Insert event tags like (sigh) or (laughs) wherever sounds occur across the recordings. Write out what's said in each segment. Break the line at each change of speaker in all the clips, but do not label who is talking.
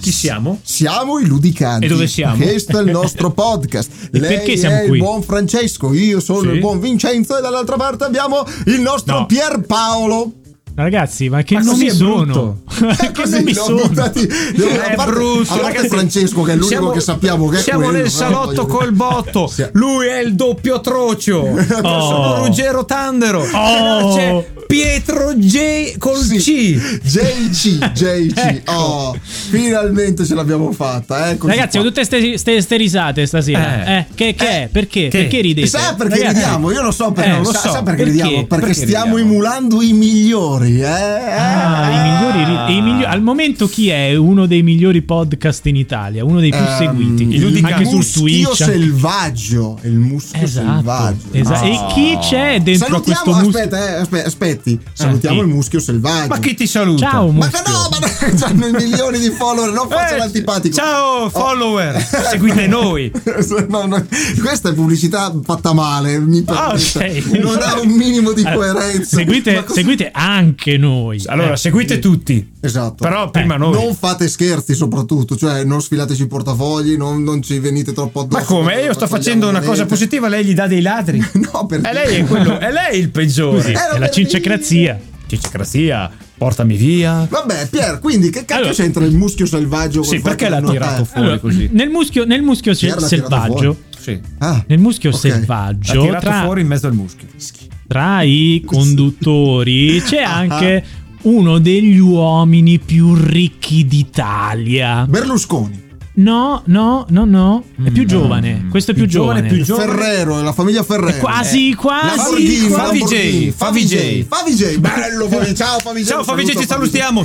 Chi siamo?
Siamo i Ludicanti.
E dove siamo?
Questo è il nostro podcast.
E
Lei
perché siamo
è
qui?
il buon Francesco, io sono
Sì.
il buon Vincenzo e dall'altra parte abbiamo il nostro
No.
Pierpaolo.
Ragazzi, ma che
Ma
nomi
così è
sono? (laughs) che
Così,
nomi
no,
sono?
buttati-
È
a parte-
brutto,
a parte
ragazzi.
Francesco che è l'unico
Siamo-
che sappiamo che è
Siamo
quello, eh.
nel
però
salotto
voglio-
col (laughs) botto.
Sì.
Lui è il doppio Oh. trocio. (laughs) Sono Ruggero Tandero. (laughs)
Oh.
C'è Pietro J col
Sì.
C.
JC, JC. Oh, finalmente ce l'abbiamo fatta. Eccoci
Ragazzi, ho
qua.
tutte ste, ste- ste risate stasera. Eh, che, che è? Perché? Perché ridete?
Sa perché
Ragazzi,
ridiamo? Io lo so perché,
Eh,
lo
lo
sa-
so.
sa perché
Perché?
ridiamo, perché,
Perché
stiamo
ridiamo?
emulando i migliori, eh?
Ah, i migliori ri- e i migli- al momento chi è uno dei migliori podcast in Italia? Uno dei più
Ehm,
seguiti.
i Ludicanti.
Anche su
muschio
Twitch. anche-
selvaggio, il muschio
Esatto.
selvaggio. Ah.
esatto. E chi c'è dentro a questo
Salutiamo,
muschio?
aspetta, eh, aspe- aspetti, salutiamo
sì.
il muschio selvaggio.
Ma chi ti saluta?
Ciao,
Ma
muschio.
che no, ma no, (laughs) hanno i milioni di follower, non faccio
Eh,
l'antipatico.
Ciao (laughs) follower, seguite noi.
(laughs) No, no, questa è pubblicità fatta male, mi
Ah,
permette.
ok.
Non ha un minimo
(laughs)
di coerenza. Ma
Seguite,
cosa-
seguite anche noi.
Allora,
Eh,
seguite tutti.
Esatto.
Però prima noi.
Non fate scherzi soprattutto, cioè non sfilateci i portafogli, non, non ci venite troppo addosso.
Ma come?
perché
Io
non
sto
raccogliamo
facendo una cosa
niente.
positiva, lei gli dà dei (laughs) ladri.
(laughs) No, perché?
E lei è quello, è lei il
sì,
peggiore.
Eh,
è la cincecrazia.
Cicrazia, portami via.
Vabbè, Pier, quindi che cazzo
Allora-
c'entra il muschio selvaggio? col
Sì,
fatto
perché
che
l'ha
non-
tirato
eh,
fuori così?
Nel muschio, nel muschio se-
Pierre l'ha tirato
selvaggio.
fuori.
Sì.
Ah,
Nel muschio
ok.
L'ha
selvaggio,
tirato
tra,
fuori in mezzo al muschio.
tra i conduttori c'è
Ah.
anche uno degli uomini più ricchi d'Italia.
Berlusconi,
No, no, no, no. È
Mm.
più giovane. Questo è più, giovane.
più giovane. Ah,
Ferrero, la famiglia Ferrero.
Quasi,
Eh.
quasi.
Lamborghini,
Favij,
Lamborghini,
Favij.
Favij, bello Favij, ciao Favij.
Ciao Favij, ci
saluta
salutiamo.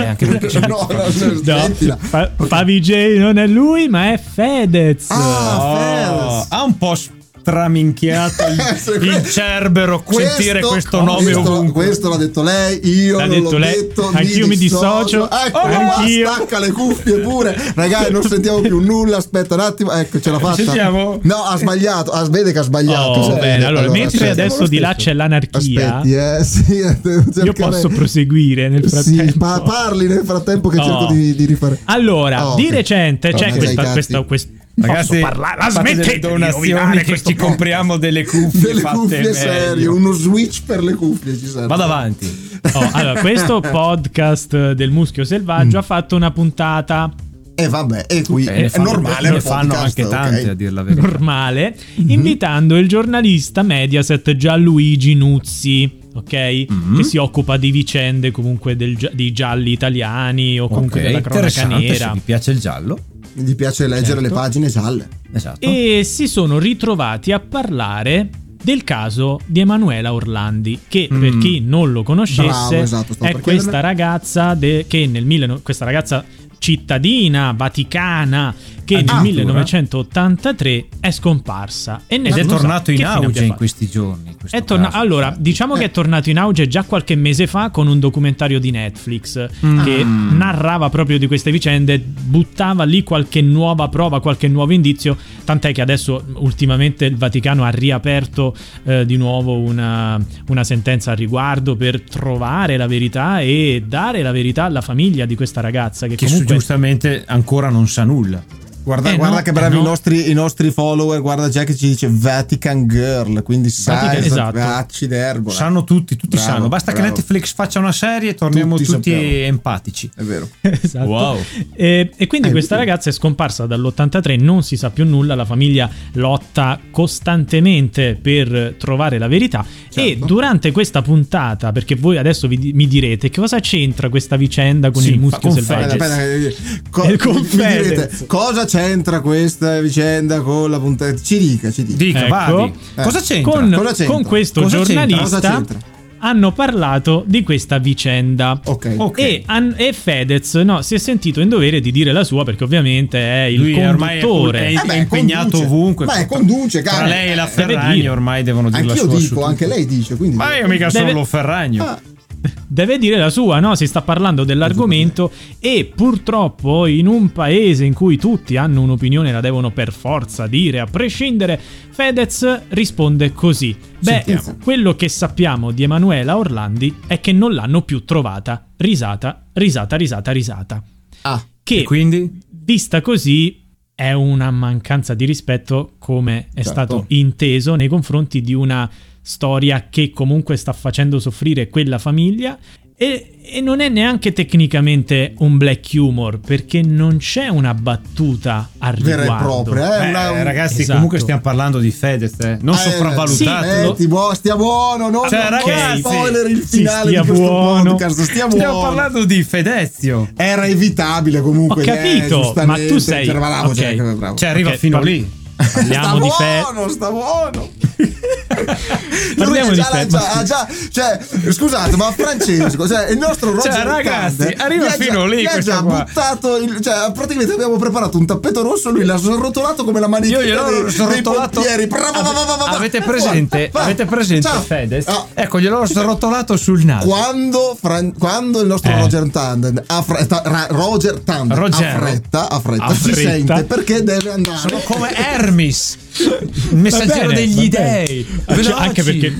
(laughs)
anche perché
Favij. No, no, no,
No,
smettila.
Fa- Favi J non è lui, ma è Fedez.
Ah,
Oh, ha un po' straminchiato
(laughs)
il, il cerbero
Questo-
sentire questo nome
questo-
ovunque.
Questo l'ha detto lei, io
L'ha
non
detto
l'ho
lei,
detto.
anch'io mi dissocio,
Ecco,
anch'io.
qua, stacca le cuffie pure. Ragazzi, non sentiamo più nulla. Aspetta un attimo, ecco, ce l'ha fatta.
sentiamo?
No, ha sbagliato. Ah, vede che ha sbagliato.
Oh,
Cioè,
bene. Allora, mentre
aspetta.
adesso di là c'è l'anarchia,
Aspetti, eh, (laughs) sì,
io posso proseguire nel frattempo.
Sì, ma parli nel frattempo che
Oh.
cerco di, di rifare.
Ah, Allora,
Oh,
di
ok.
recente c'è
Tornate
questa,
ai
questa,
cazzi.
quest-
Ragazzi,
posso parlare? La
fate delle
smettete di
donazioni
rovinare
che
questo
ci compriamo delle cuffie
Delle
fatte
cuffie
meglio.
serie, uno switch per le cuffie ci serve.
Vado avanti.
Oh, allora,
(laughs)
questo podcast del muschio
Mm.
selvaggio ha fatto una puntata
E vabbè, e qui
Eh, ne
è
fanno-
normale.
ne
un
fanno
podcast,
anche tante
ok?
a dir la verità.
normale
Mm-hmm.
invitando il giornalista Mediaset Gianluigi Nuzzi. Ok,
Mm-hmm.
che si occupa di vicende comunque del gia- dei gialli italiani o comunque
Ok,
della cronaca
interessante,
nera.
se vi piace il giallo.
Gli piace
Certo.
leggere le pagine gialle.
Esatto.
e si sono ritrovati a parlare del caso di Emanuela Orlandi, che
Mm.
per chi non lo conoscesse
Bravo, esatto, stavo
è
per
questa
chiederle.
ragazza de- che nel 19 questa ragazza cittadina vaticana che nel
Addirittura?
1983 è scomparsa e
Ed è
nessuno sa
tornato
che
in
fine abbia
auge in
fatto.
questi giorni. questo
È torna-
caso. Eh.
allora, diciamo che è tornato in auge già qualche mese fa con un documentario di Netflix
Mm.
che narrava proprio di queste vicende, buttava lì qualche nuova prova, qualche nuovo indizio, tant'è che adesso ultimamente il Vaticano ha riaperto eh, di nuovo una, una sentenza al riguardo per trovare la verità e dare la verità alla famiglia di questa ragazza che,
che su-
comunque...
giustamente ancora non sa nulla.
Guarda,
Eh
guarda
no,
che
eh
bravi
no.
i, nostri, i nostri follower. Guarda già che ci dice Vatican Girl. Quindi sai,
Vatican- esatto.
cacci d'erbola.
Eh, Sanno tutti, tutti
Bravo,
sanno. Basta che
bravo.
Netflix faccia una serie e torniamo
Tutti
tutti,
sappiamo.
empatici.
È vero.
(laughs) Esatto.
Wow.
E, e quindi
Eh,
questa
vedi.
ragazza è scomparsa dall'83, non si sa più nulla, la famiglia lotta costantemente per trovare la verità e
Certo.
durante questa puntata, perché voi adesso vi- mi direte che cosa c'entra questa vicenda con
Sì,
il
fa-
muschio
con
selvaggio?
Aspetta, aspetta, eh, co-
È con
mi- mi
Fedez.
direte, cosa c'entra questa vicenda con la puntata? Ci dica, ci dica.
Dica,
Ecco.
vai.
Eh.
Cosa c'entra?
Con,
Cosa c'entra?
con questo
Cosa c'entra?
giornalista
Cosa c'entra?
hanno parlato di questa vicenda.
Ok.
Ok.
E, an- e Fedez no, si è sentito in dovere di dire la sua perché ovviamente è il
Lui è ormai-
conduttore.
è- è impegnato
conduce.
ovunque.
Beh, conduce,
Tra
cara.
lei e la
Eh,
deve
Ferragni
dire.
ormai devono dire la
Anch'io
sua.
dico, anche lei dice. Quindi
Ma io mica
Deve-
solo Ferragno.
Ah,
deve dire la sua, no? Si sta parlando dell'argomento e purtroppo in un paese in cui tutti hanno un'opinione e la devono per forza dire, a prescindere, Fedez risponde così. Beh,
Sentiamo.
quello che sappiamo di Emanuela Orlandi è che non l'hanno più trovata. Risata, risata, risata, risata.
ah,
Che
E quindi?
vista così è una mancanza di rispetto come è
Certo.
stato inteso nei confronti di una storia che comunque sta facendo soffrire quella famiglia e, e non è neanche tecnicamente un black humor perché non c'è una battuta a riguardo
Vera e propria, eh,
Beh,
una-
ragazzi,
Esatto.
comunque stiamo parlando di Fedez, eh. non
Eh,
sopravvalutatelo.
sì, eh, ti buo- stia buono, no? non
Cioè, ragazzi,
spoiler il
sì,
finale
stia
di questo
buono.
podcast, stia
Stiamo
buono.
parlando di Fedezio.
Era evitabile comunque.
Ho
eh,
capito, ma
giustamente,
tu sei-
cioè, bravo,
ok.
cioè, bravo.
Cioè, arriva
Ok,
fino
parli-
lì.
parliamo di
sta
Fed
buono, sta
(laughs)
buono.
Parliamo
Lui
di
già l'ha
Fed,
già-
ma scusa.
ha già- cioè, scusate, ma Francesco, cioè, il nostro Roger Card
ragazzi, arriva
gli ha
fino
già,
lì
gli ha
questo
già
qua.
buttato il- cioè, praticamente abbiamo preparato un tappeto rosso, lui l'ha srotolato come la manicina
Io gliel'ho
dei,
srotolato.
dei pompieri. Bra- bra- bra- bra- bra-
Avete
bra-
presente,
va, va.
avete presente
Ciao.
Fedez?
Ah,
Ecco, gliel'ho srotolato sul naso.
quando, Fran- quando il nostro
Eh.
Roger Tanden ha fretta, Ra- Roger Tanden
Roger.
ha fretta, ha fretta,
Ha
si
fretta.
sente perché deve andare.
Sono come
(laughs)
Hermes, il messaggero
Va bene,
degli
va bene.
dei.
Ah, cioè,
Veloci.
anche perché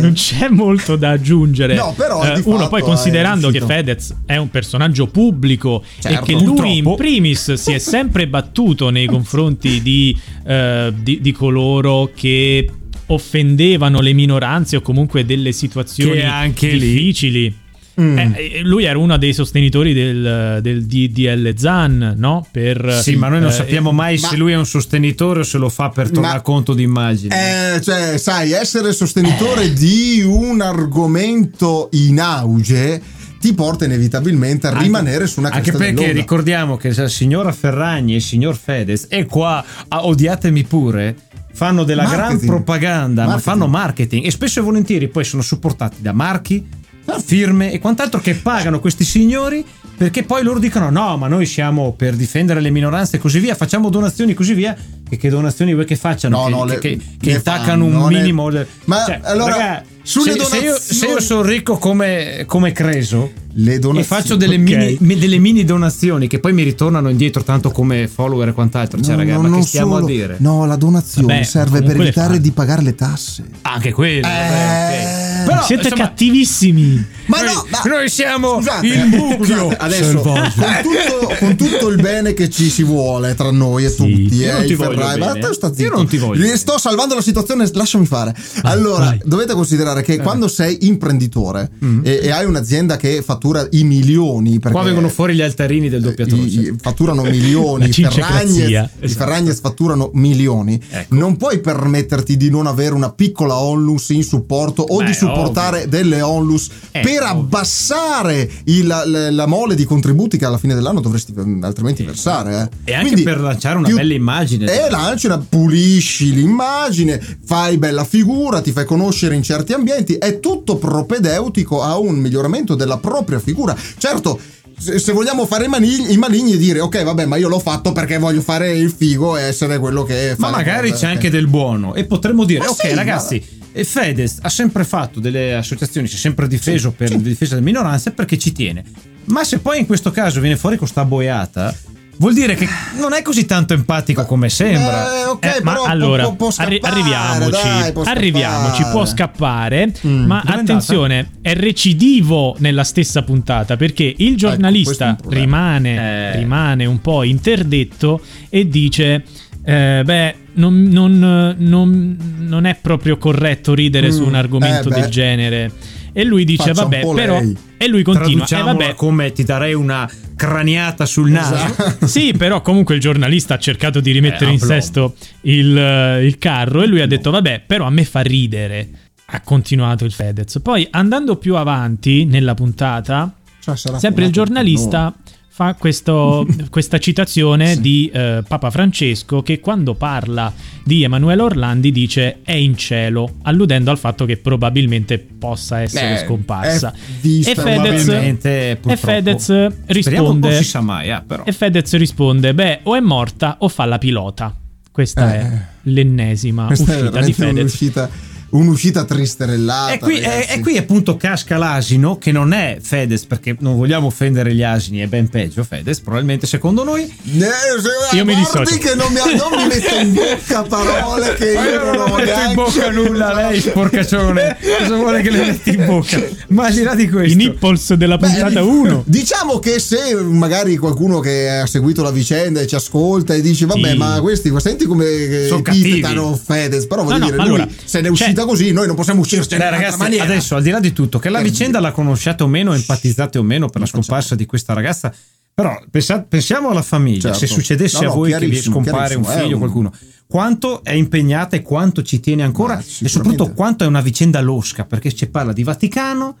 non c'è molto da aggiungere. Eh,
No, però, di
uno
fatto,
poi considerando
è
che
riuscito.
Fedez è un personaggio pubblico
Certo.
e che lui
Purtroppo.
in primis si è sempre battuto nei confronti di, eh, di- di coloro che offendevano le minoranze o comunque delle situazioni
Che anche lì- Mm.
difficili. Eh, eh, lui era uno dei sostenitori del, del DDL Zan, no? Per,
Sì, ma noi non
eh,
sappiamo mai
ma-
se lui è un sostenitore o se lo fa per tornare
Ma-
conto di immagine.
Eh, cioè, sai, essere sostenitore di un argomento in auge ti porta inevitabilmente a rimanere su una
Anche
cresta
perché
dell'onda.
ricordiamo che la signora Ferragni e il signor Fedez, e qua ah, odiatemi pure, fanno della gran
Marketing.
propaganda, ma
Marketing. Certo.
fanno marketing e spesso e volentieri poi sono supportati da marchi, firme e quant'altro che pagano questi signori perché poi loro dicono no, ma noi siamo per difendere le minoranze e così via, facciamo donazioni e così via. E che donazioni vuoi che facciano?
No,
che
no, le-
che- che-
le
che attaccano
fanno,
un
le-
minimo. le- cioè,
Ma, allora, sulle
se, se io, se io
donazioni-
sono ricco come, come Creso,
le
e
donazioni.
faccio delle,
ok.
mini, me- delle mini donazioni che poi mi ritornano indietro tanto come follower e quant'altro. Cioè,
No,
ragazzi,
no,
ma che
non
stiamo
solo.
a dire?
No, la donazione
Vabbè,
serve
comunque
per
le
evitare
fanno.
di pagare le tasse.
Ah, Anche quello.
Eh.
ok. Però,
Siete
insomma,
cattivissimi.
Ma
noi,
no, ma-
noi siamo
Scusate, eh,
il mucchio Eh.
scusate, adesso eh, con
selvaggio.
tutto, con tutto il bene che ci si vuole tra noi e tutti,
io
eh,
non ti
il
voglio
Ferrari, ma
bene.
te sta
Io
zitto.
non ti voglio
Gli
bene.
Sto salvando la situazione, lasciami fare. allora,
vai.
dovete considerare
Eh.
che quando sei imprenditore e, e hai un'azienda che fattura i milioni, perché
Mm. Qua vengono fuori gli altarini del doppiatore.
Eh,
cioè. certo.
i- i-
(laughs)
fatturano milioni,
La
i Ferragnez,
cincecrazia,
i
esatto.
Ferragnez fatturano milioni.
Ecco.
Non puoi permetterti di non avere una piccola onlus in supporto o
Beh,
di supportare
ovvio.
delle onlus
Eh,
per
ovvio.
abbassare il- la, la mole di contributi che alla fine dell'anno dovresti eh, altrimenti versare. eh.
E anche
Quindi,
per lanciare una
più-
bella immagine.
e lanci una, pulisci l'immagine, fai bella figura, ti fai conoscere in certi ambienti, è tutto propedeutico a un miglioramento della propria figura. Certo, se, se vogliamo fare i maligni, i maligni e dire ok vabbè ma io l'ho fatto perché voglio fare il figo e essere quello che fa
Ma
le
magari
cose,
c'è
ok.
anche del buono e potremmo dire,
Ma
ok
sì,
ragazzi, eh, Fedez ha sempre fatto delle associazioni, si è sempre difeso per la difesa delle minoranze perché ci tiene. Ma se poi in questo caso viene fuori con sta boiata, vuol dire che non è così tanto empatico come sembra.
Eh, ok,
Eh,
però
ma allora
può, può
arri-
scappare,
arriviamoci,
dai, può
arriviamoci,
scappare.
può scappare,
Mm.
ma
Dov'è
attenzione, è recidivo nella stessa puntata perché il
Ecco, questo è
giornalista
un problema.
rimane,
Eh.
rimane un po' interdetto e dice eh, beh, non, non- non- non è proprio corretto ridere su un
Mm,
argomento
eh, beh.
del genere. E lui dice,
Faccia un
vabbè,
po'
però...
lei."
E lui continua, eh,
Traduciamola
vabbè,
come ti darei una craniata sul naso.
Esatto.
Sì, però comunque il giornalista ha cercato di rimettere
Eh,
in
aplomb.
sesto il, eh, il carro e lui ha detto vabbè, però a me fa ridere. Ha continuato il Fedez. Poi andando più avanti nella puntata,
Cioè, sarà
sempre il
fumato per
giornalista fa
(laughs)
questo- questa citazione di eh, Papa Francesco che quando parla di Emanuele Orlandi dice è in cielo, alludendo al fatto che probabilmente possa essere
Eh,
scomparsa.
è vista
e Fedez,
Probabilmente,
e
Eh, purtroppo.
Fedez
Speriamo un po'
risponde
si sa mai, eh, però.
e Fedez risponde: Beh, o è morta o fa la pilota. Questa
Eh.
è l'ennesima
Questa è
uscita di
veramente
Fedez.
un'uscita un'uscita tristerellata.
E qui, e,
ragazzi.
e qui appunto casca l'asino che non è Fedez perché non vogliamo offendere gli asini, è ben peggio Fedez probabilmente secondo noi.
Eh, se-
Io mi
guardi
dissocio.
che non mi, non mi metto
(laughs)
in bocca parole che
Ma
io non ho
metto in
neanche-
bocca nulla a lei, sporcaccione. Cosa vuole che le metti in bocca? Ma al di là di
I
questo...
nipples della
Beh,
puntata 1.
Diciamo che se magari qualcuno che ha seguito la vicenda e ci ascolta e dice vabbè
Sì.
ma questi senti come
Sono
epitetano Fedez però voglio
No, no,
dire
ma
lui
allora,
se ne è
cioè-
uscita così noi non possiamo uscirci in
Beh,
un'altra
ragazzi,
maniera
adesso al di là di tutto, che la
Per
vicenda la conosciate o meno, empatizzate o meno per la scomparsa di questa ragazza, però pensa- pensiamo alla famiglia,
Certo.
se succedesse
No, no,
a voi che vi
chiarissimo,
scompare un
chiarissimo,
figlio o
è un-
qualcuno, quanto è impegnata e quanto ci tiene ancora
Ma
e soprattutto
sicuramente.
quanto è una vicenda losca, perché ci parla di Vaticano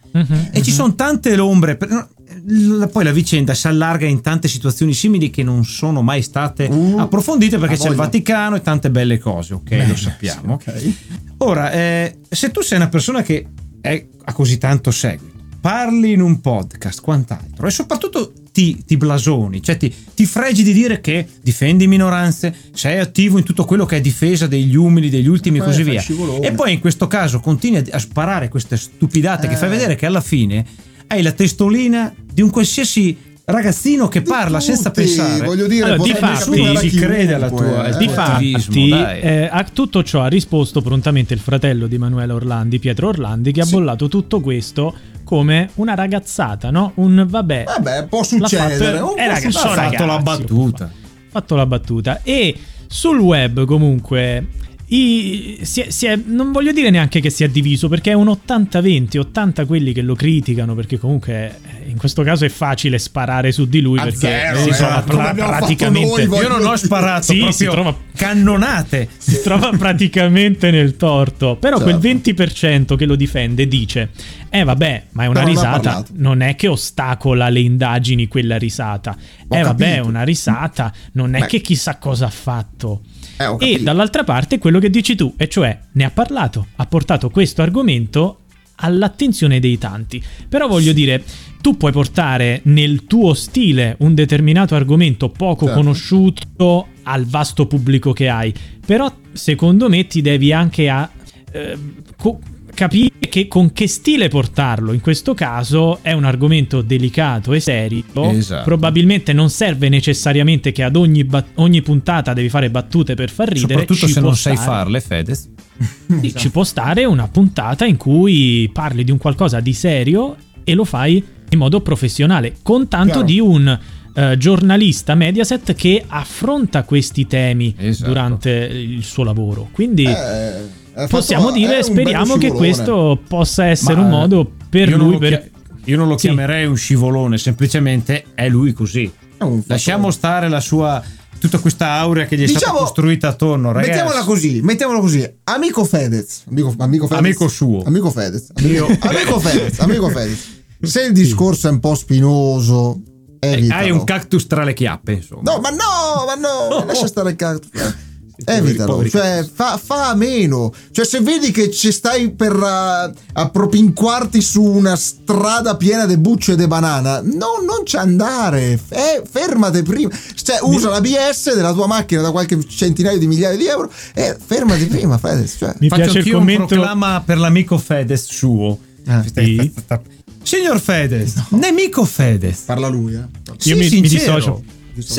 e ci sono tante ombre. per- no, l- Poi la vicenda si allarga in tante situazioni simili che non sono mai state
Uh,
approfondite perché
ha
c'è il
voglia.
Vaticano e tante belle cose, ok? lo sappiamo.
Eh, ok.
Ora, eh, se tu sei una persona che è- ha così tanto seguito, parli in un podcast, quant'altro, e soprattutto ti, ti blasoni, cioè ti, ti fregi di dire che difendi minoranze, sei attivo in tutto quello che è difesa degli umili, degli ultimi e
Eh,
così
fai
via.
scivolone.
E poi in questo caso continui a- a sparare queste stupidate che fai
Eh.
vedere che alla fine hai la testolina di un qualsiasi ragazzino che
Di
parla senza
tutti,
pensare.
voglio dire
Allora,
potrebbe
difatti,
capitare a
nessuno ci
chiunque,
crede alla tua-
eh.
al
Di
tuo attivismo,
fatti,
dai.
eh, a tutto ciò ha risposto prontamente il fratello di Emanuele Orlandi, Pietro Orlandi, che ha bollato tutto questo come una ragazzata, no? Un vabbè.
vabbè può
l'ha
succedere
fatto-
un
eh,
po'
ragazzi,
succedere.
Ha
sono
fatto la
ragazzi,
battuta.
ha fatto la battuta. E sul web, comunque. i- si è- si è- non voglio dire neanche che si è diviso perché è un 80-20, 80 quelli che lo criticano perché comunque eh, in questo caso è facile sparare su di lui
A
perché
zero,
si
eh,
trova
come
pra-
abbiamo fatto
praticamente
noi,
Io non ho sparato,
Sì, si
proprio
trova-
cannonate.
si trova praticamente nel torto. Però
Certo.
quel 20% che lo difende dice: Eh, vabbè, ma è una
Però non ha
risata.
parlato.
Non è che ostacola le indagini quella risata.
Ho
eh, vabbè, è
capito.
una risata. Non è
Beh.
che chissà cosa ha fatto.
Eh, ho
E
capito.
dall'altra parte quello che dici tu, e cioè ne ha parlato, ha portato questo argomento all'attenzione dei tanti. Però voglio dire, tu puoi portare nel tuo stile un determinato argomento poco
Certo.
conosciuto al vasto pubblico che hai, però secondo me ti devi anche a, eh, co- capire che con che stile portarlo. In questo caso è un argomento delicato e serio.
Esatto.
Probabilmente non serve necessariamente che ad ogni, bat- ogni puntata devi fare battute per far ridere.
Soprattutto
Ci
se
può
non sai
stare.
farle, Fedez.
Sì, Ci può stare una puntata in cui parli di un qualcosa di serio e lo fai in modo professionale, con tanto
Chiaro.
di un eh, giornalista Mediaset che affronta questi temi
Esatto.
durante il suo lavoro. Quindi
Eh, ha fatto-
possiamo
è
dire,
un
speriamo
bello
che
scivolone.
questo possa essere
Ma, eh,
un modo per
io non
lui
lo
per...
chia- io non lo
Sì.
chiamerei un scivolone, semplicemente è lui così.
È un fatto-
Lasciamo stare la sua tutta questa aurea che gli è stata costruita attorno, ragazzi.
Diciamo, Mettiamola così, mettiamola così. Amico Fedez, amico, amico Fedez.
Amico suo.
Amico Fedez. Amico, amico Fedez, amico Fedez. Se il discorso è un po' spinoso, evitalo.
Eh, Hai un cactus tra le chiappe, insomma.
No, ma no, ma no, lascia stare il cazzo. Evitalo,
Eh, poveri
cioè fa, fa a meno. Cioè, se vedi che ci stai per eh, appropinquarti su una strada piena di bucce e di banana, no, non ci andare. Fe- fermate prima. Cioè, usa la BS della tua macchina da qualche centinaio di migliaia di euro e fermati prima, Fedez. Cioè,
Mi
Faccio
piace il
anch'io un
commento...
proclama per l'amico Fedez suo.
Ah,
sì.
Signor Fedez, nemico Fedez.
parla lui, eh.
Io mi- mi
sincero.
dissocio.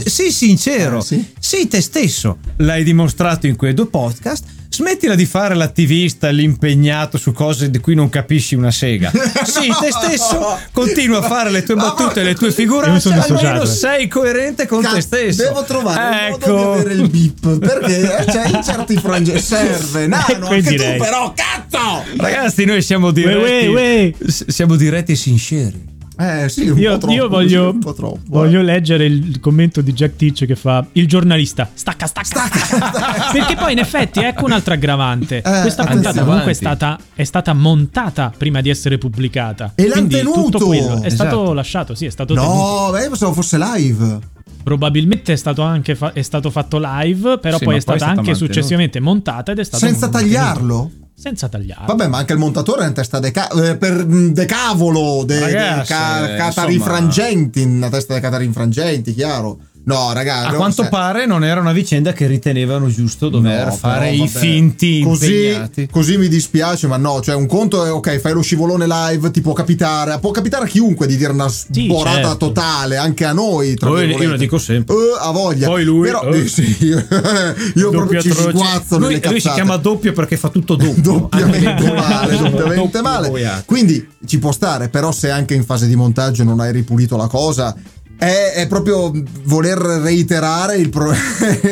S- Sii sincero,
Ah, sì?
sii te stesso. L'hai dimostrato in quei due podcast. Smettila di fare l'attivista, l'impegnato su cose di cui non capisci
(laughs)
una sega. Sii te stesso, continua a fare le tue battute, le tue
Io mi
figuracce.
sono
Almeno
associato.
sei coerente con te
Cazzo,
stesso.
Devo trovare un
ecco.
modo di avere il bip perché eh, cioè, in certi frangenti serve.
Eh,
Nano,
qui
anche
direi.
tu, però, cazzo!
(laughs) Ragazzi, noi siamo diretti,
Uè, uè,
s- siamo diretti e sinceri.
Eh sì, un
Io,
po' troppo,
io voglio,
un po' troppo. eh.
eh.
voglio leggere il commento di Jack Teach che fa il giornalista. Stacca, stacca, stacca. (laughs) Perché poi in effetti ecco un'altra aggravante.
Eh,
Questa puntata
attenzione.
comunque è
Avanti.
stata, è stata montata prima di essere pubblicata.
E l'han
Quindi
tenuto!
tutto quello è
Esatto.
stato lasciato, sì, è stato tenuto.
No, beh, pensavo fosse live.
Probabilmente è stato anche fa- è stato fatto live, però
Sì,
poi
ma
è
poi
stata
è stata
anche
mantenuta.
successivamente montata ed è stato
Senza
mantenuto.
tagliarlo?
Senza tagliarlo.
Vabbè, ma anche il montatore è una testa de, ca- eh, per, mh, de cavolo, de, de
Ragazzi,
ca-
eh,
catarifrangenti, una testa de catarifrangenti, chiaro. Ah, No, cioè, ragazzi.
A quanto pare non era una vicenda che ritenevano giusto dover
No,
fare
però,
i
vabbè.
finti
Così,
impegnati.
così mi dispiace, ma no, cioè un conto è ok, fai lo scivolone live, ti può capitare, può capitare a chiunque di dire una sporata
certo.
totale, anche a noi, tra
Poi io
virgolette.
lo dico sempre.
Eh, a voglia.
Poi lui,
Però,
eh.
eh, (laughs) sì, io, io proprio
Doppio
ci
atroce.
sguazzo
lui,
nelle
lui si
cazzate.
chiama doppio perché fa tutto (laughs) doppio.
(laughs)
Anche
doppiamente
lui.
male, doppiamente
Doppio eh. boiato.
male. Quindi ci può stare, però se anche in fase di montaggio non hai ripulito la cosa, è, è proprio voler reiterare il pro- (laughs)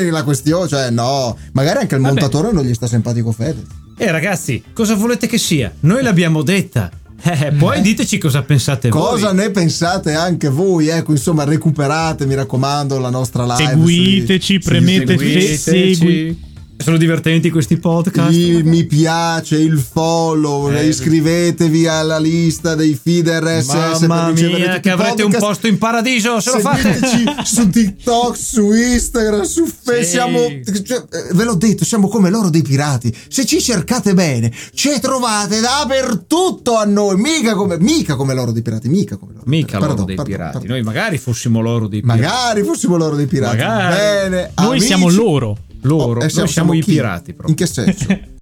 la questione, cioè no, magari anche il
Vabbè.
montatore non gli sta simpatico Fede.
Eh ragazzi, cosa volete che sia? Noi l'abbiamo detta. Eh, poi diteci cosa pensate voi.
Mm. Cosa ne pensate anche voi? Ecco, insomma, recuperate, mi raccomando, la nostra live.
Seguiteci,
sui- sui-
premete
seguiteci.
Segui- segui.
Sono divertenti questi podcast.
il mi piace, il follow,
Eh,
iscrivetevi alla lista dei feeder SS
Mamma
per ricevere
mia,
tutti
che
i
avrete un
podcast.
posto in paradiso se lo fate.
Seguiteci su TikTok, su Instagram, su Facebook.
Sì.
Siamo, cioè, eh, ve l'ho detto, siamo come loro dei pirati. Se ci cercate bene, ci trovate dappertutto a noi. Mica come, mica come loro dei pirati, mica come loro.
Mica
Pardon,
loro dei
pardon,
pirati.
pardon.
Noi magari fossimo loro dei pirati.
Magari fossimo loro dei pirati.
Magari.
Bene,
Noi
amici.
siamo loro.
Loro,
Oh, eh,
noi siamo, i
chi?
pirati proprio. (laughs)
In che senso?